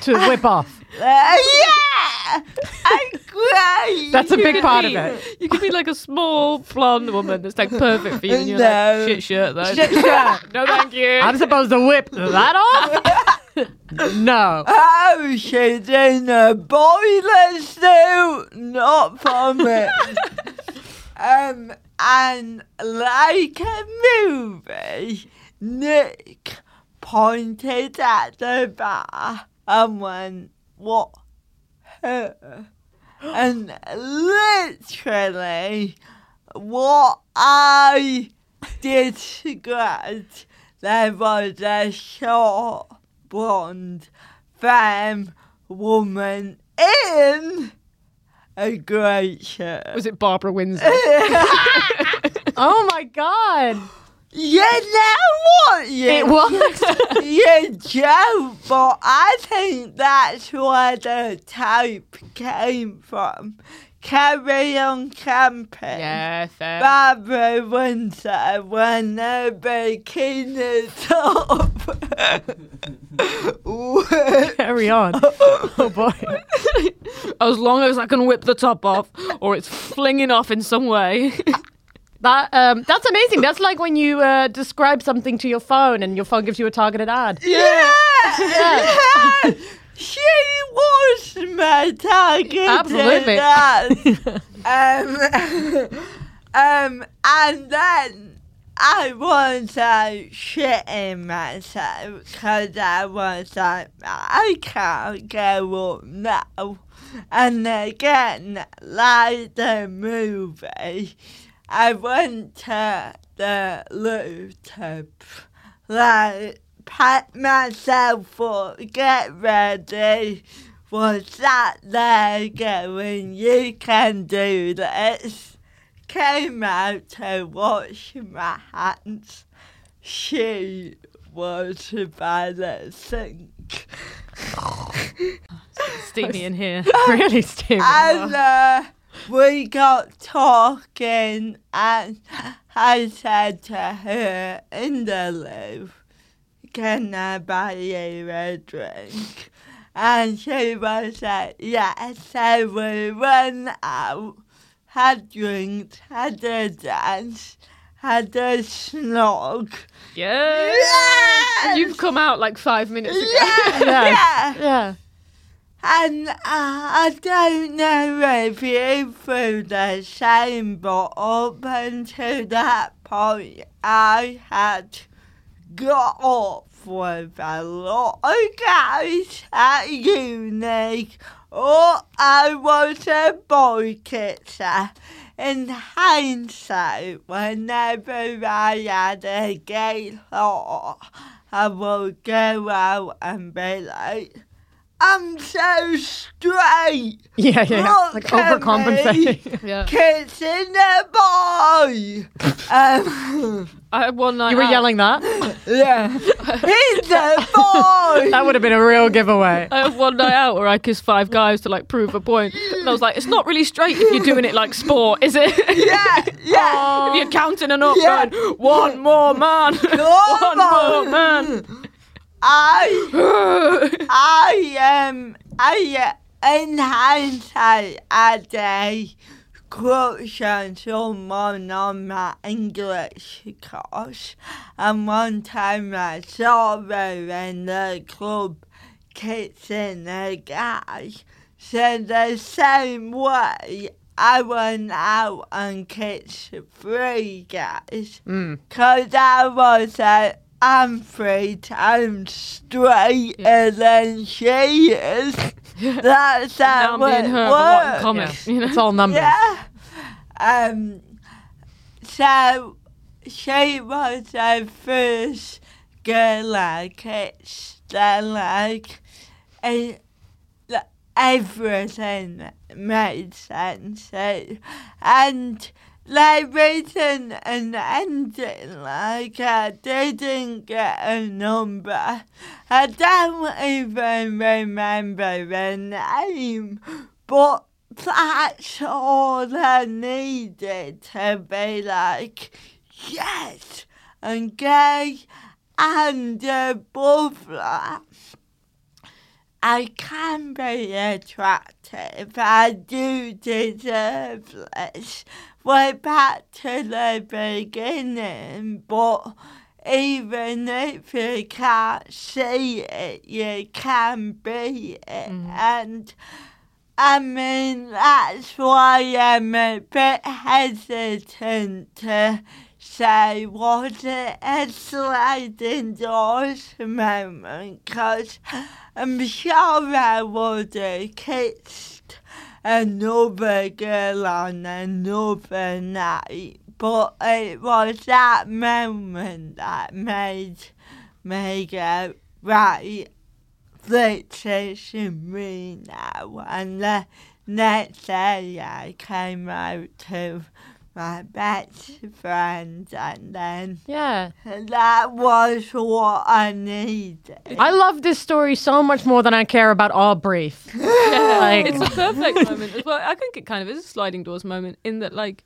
G: To whip off.
E: Uh, yeah! I'm great!
G: That's a
C: You
G: big
C: could
G: part of
C: be-
G: it.
C: You could be like a small blonde woman that's like perfect for you, and you're
E: No.
C: like shit shirt though.
E: Shit shirt.
C: no, thank you.
G: I'm supposed to whip that off? no.
E: Oh, she's in a boiler suit, not from it. um, and like a movie, Nick pointed at the bar and went, "What her?" and literally, what I described, there was a short, blonde, femme woman in a great shirt.
C: Was it Barbara Windsor?
G: Oh my God.
E: Yeah, that was
G: It was.
E: you joke, but I think that's where the type came from. Carry on camping. Yeah,
C: fair.
E: Barbara Windsor when the bikinis up.
G: Carry on. Oh boy.
C: as long as I can whip the top off, or it's flinging off in some way.
G: That um, that's amazing. That's like when you uh, describe something to your phone and your phone gives you a targeted ad.
E: Yeah.
G: Yeah.
E: yeah. She was my target.
G: Absolutely.
E: um, um, and then I was uh, shitting myself because I was like, I can't go up now. And again, like the movie, I went to the loo to like pat myself up, get ready. Was sat there going, you can do this. Came out to wash my hands. She was by the sink.
C: Steamy in here.
G: really steamy.
E: And uh, we got talking, and I said to her in the loo, Can I buy you a drink? And she was like, Yes, so we went out, had drinks, had a dance, had a snog.
C: Yeah. And you've come out like five minutes ago.
E: Yeah, yeah.
G: yeah.
E: And uh, I don't know if you threw the same, but up until that point, I had got off with a lot of guys at uni, or I was a boy kisser. In hindsight, whenever I had a gay thought, I would go out and be like, I'm so straight.
G: Yeah, yeah, yeah.
E: Look
G: Like
E: at
G: overcompensating.
E: me
C: Yeah.
E: Kissing a boy. um,
C: I had one night.
G: You were
C: out.
G: yelling that?
E: yeah. He's a boy.
G: that would have been a real giveaway.
C: I had one night out where I kissed five guys to like prove a point, and I was like, "It's not really straight if you're doing it like sport, is it?
E: Yeah, yeah.
C: if you're counting and up,
E: Yeah.
C: going, one more man,
E: Come
C: one more man."
E: I, I um, I uh, in hindsight, I day crush on someone on my English course, and one time I saw her in the club kissing a guy. So the same way, I went out and kissed three guys.
G: Mm.
E: Cause I was like, I'm three times straight and then she is. That's
C: Now
E: how
C: me
E: it
C: and her have a lot in
E: works.
C: common. You know?
G: It's all numbers.
E: Yeah. Um, so she was the first girl I kissed. That like, it, like, everything made sense. It- and like written an ending, like I didn't get a number. I don't even remember the name, but that's all I needed to be like, yes, and gay and above that. I can be attractive. I do deserve this. We're back to the beginning, but even if you can't see it, you can be it. And I mean, that's why I'm a bit hesitant to say was it a sliding doors moment because I'm sure I would have kissed another girl on another night, but it was that moment that made me go, right, PlayStation me now, and the next day I came out to my best friends, and then
G: yeah,
E: that was what I needed.
G: I love this story so much more than I care about Aubrey. Like-
C: it's a perfect moment as well. I think it kind of is a sliding doors moment in that, like,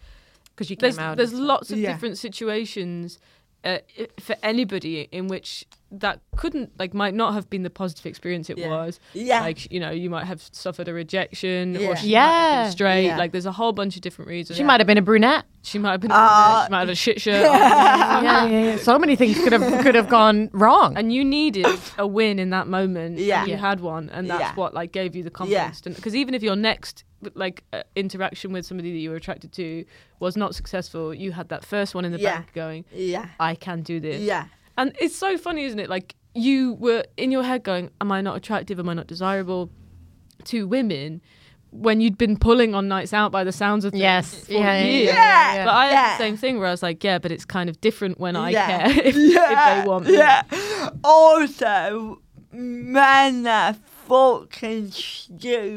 G: because you
C: there's,
G: came out
C: There's
G: and
C: lots of
G: Yeah.
C: different situations uh, i- for anybody in which that couldn't, like, might not have been the positive experience it
A: Yeah.
C: was.
A: Yeah.
C: Like, you know, you might have suffered a rejection or
G: Yeah.
C: she might have been
G: Yeah.
C: straight.
G: Yeah.
C: Like, there's a whole bunch of different reasons.
G: She might have been a brunette.
C: She might have been.
G: Uh,
C: she might have had a shit shirt.
G: Yeah, yeah, yeah. So many things could have could have gone wrong.
C: And you needed a win in that moment.
G: Yeah.
C: and you
G: Yeah.
C: had one, and that's
G: Yeah.
C: what like gave you the confidence. Because even if your next like uh, interaction with somebody that you were attracted to was not successful, you had that first one in the
E: Yeah.
C: back going,
E: Yeah.
C: I can do this."
E: Yeah.
C: and it's so funny, isn't it? Like you were in your head going, "Am I not attractive? Am I not desirable?" to women. When you'd been pulling on nights out by the sounds of things
G: Yes.
C: for
G: Yeah, yeah,
C: years.
G: yeah, yeah, yeah.
C: but I
G: Yeah.
C: had the same thing where I was like, yeah, but it's kind of different when I
E: Yeah.
C: care if, if
E: Yeah.
C: they want me.
E: Yeah. Also, men are fucking
G: you
E: stupid.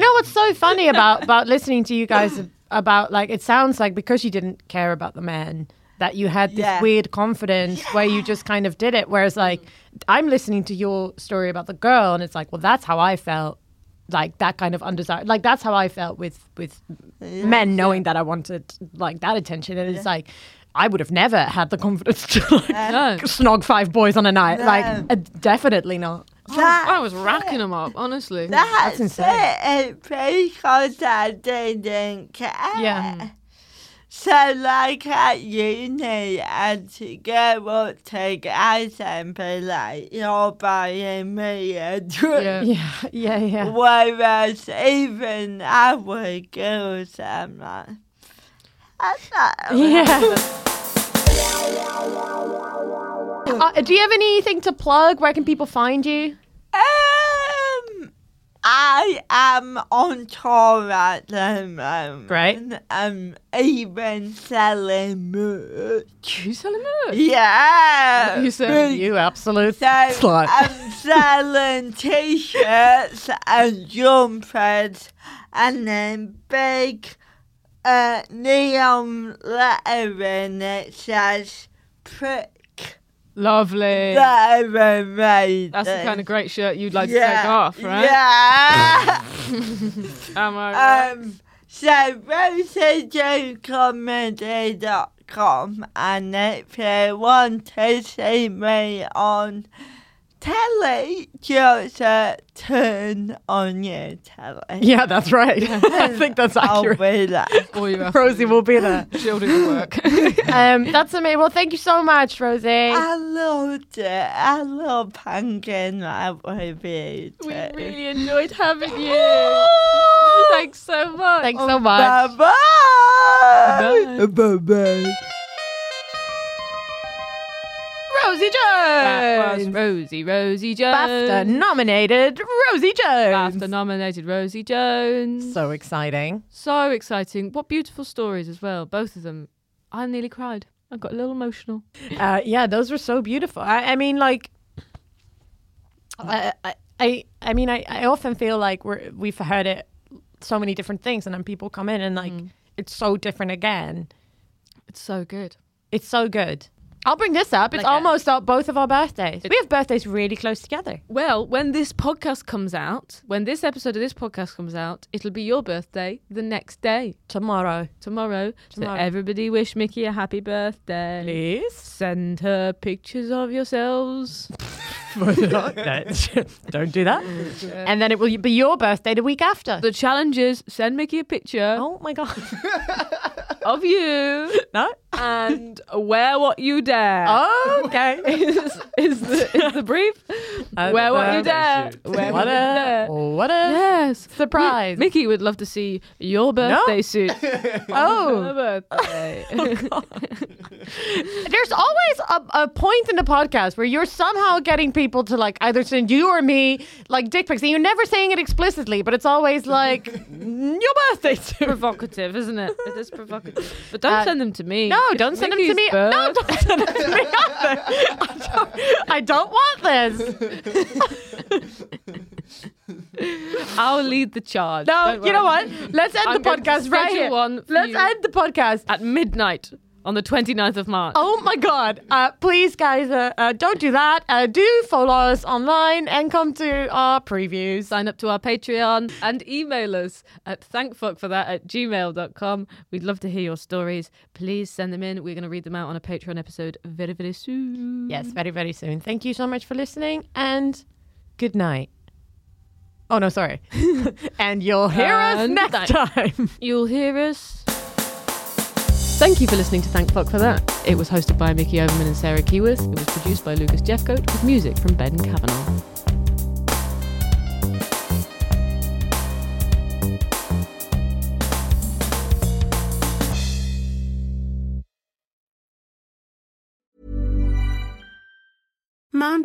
G: know what's so funny about about listening to you guys ab- about like it sounds like because you didn't care about the man that you had this
A: Yeah.
G: weird confidence where you just kind of did it whereas like i'm listening to your story about the girl and it's like well that's how i felt like that kind of undesired like that's how i felt with with men knowing that i wanted like that attention and it's like i would have never had the confidence to like snog five boys on a night like
C: No.
G: uh, definitely not
C: I was racking them up, honestly.
E: That's it. Because I didn't care.
G: Yeah.
E: So, like at uni, I'd go up to guys and be like, you're buying me a drink.
G: Yeah. Yeah, yeah, yeah.
E: Whereas even our girls, I'm like, that's not.
G: Yeah. Uh, do you have anything to plug? Where can people find you?
E: Um, I am on tour at the moment.
G: Great.
E: I'm even selling merch.
C: You selling merch?
E: Yeah.
G: You said you absolute
E: So um,
G: slut.
E: I'm selling t-shirts and jumpers and then big uh, neon lettering that says prick
C: Lovely.
E: lettering made.
C: That's the kind of great shirt you'd like to
E: Yeah.
C: take off, right?
E: Yeah.
C: Am I right?
E: um, so rosajocomedy.com and if you want to see me on telly, just uh, turn on your telly.
G: Yeah, that's right. I think that's accurate.
E: I'll be there.
G: Rosie will be there.
C: She'll do the work.
G: um, that's amazing. Well, thank you so much, Rosie.
E: I loved it. I love hanging out with you.
C: We
E: too.
C: really enjoyed having you. Thanks so much. Oh,
G: Thanks so
E: Bye
G: much.
E: bye. Bye bye.
G: Rosie Jones.
C: That was Rosie, Rosie Jones.
G: BAFTA nominated Rosie Jones.
C: BAFTA nominated Rosie Jones.
G: So exciting.
C: So exciting. What beautiful stories as well, both of them. I nearly cried. I got a little emotional.
G: Uh, yeah, those were so beautiful. I, I mean, like, I, I- I, I mean, I, I often feel like we're we've heard it so many different things, and then people come in and like it's so different again.
C: It's so good.
G: It's so good. I'll bring this up. It's
C: Like a-
G: almost up both of our birthdays. we have birthdays really close together.
C: Well, when this podcast comes out, when this episode of this podcast comes out, it'll be your birthday the next day.
G: Tomorrow.
C: Tomorrow.
G: Tomorrow.
C: So everybody wish Mickey a happy birthday.
G: Please.
C: Send her pictures of yourselves.
G: Don't do that. And then it will be your birthday the week after.
C: The challenge is send Mickey a picture.
G: Oh my god.
C: of you.
G: No. Oh.
C: And wear what you dare.
G: okay.
C: is, is, the, is the brief. wear what you dare. Wear what
G: What
C: you
G: a
C: dare.
G: what a
C: Yes.
G: surprise.
C: Mi- Mickey would love to see your birthday suit.
G: Oh.
C: Her birthday.
G: There's always a, a point in the podcast where you're somehow getting people to like either send you or me like dick pics, and you're never saying it explicitly, but it's always like "Mm, your birthday suit.
C: provocative, isn't it? It is provocative. But don't
G: Uh,
C: send them to me.
G: No,
C: It's
G: don't send them to
C: Mickey's
G: me.
C: birth-
G: No, don't send them to me. either. I don't, I don't want this.
C: I'll lead the charge.
I: No,
G: Oh,
C: Don't
I: you know
C: worry.
I: what? Let's end
C: I'm
I: the
C: going to
I: podcast right
C: schedule
I: here.
C: One
I: Let's end
C: the
I: podcast
C: at midnight on the 29th of March.
I: Oh my God. Uh, please, guys, uh, uh, don't do that. Uh, do follow us online and come to our previews.
C: Sign up to our Patreon and email us at thankfuckforthat at gmail.com. We'd love to hear your stories. Please send them in. We're going to read them out on a Patreon episode very, very soon.
I: Yes, very, very soon. Thank you so much for listening and good night. Oh, no, sorry. and you'll hear us
C: And
I: next
C: that-
I: time.
C: You'll hear us. Thank you for listening to Thank Fuck for That. It was hosted by Mickey Overman and Sarah Keyworth. It was produced by Lucas Jeffcoat with music from Ben Cavanaugh.
E: Mom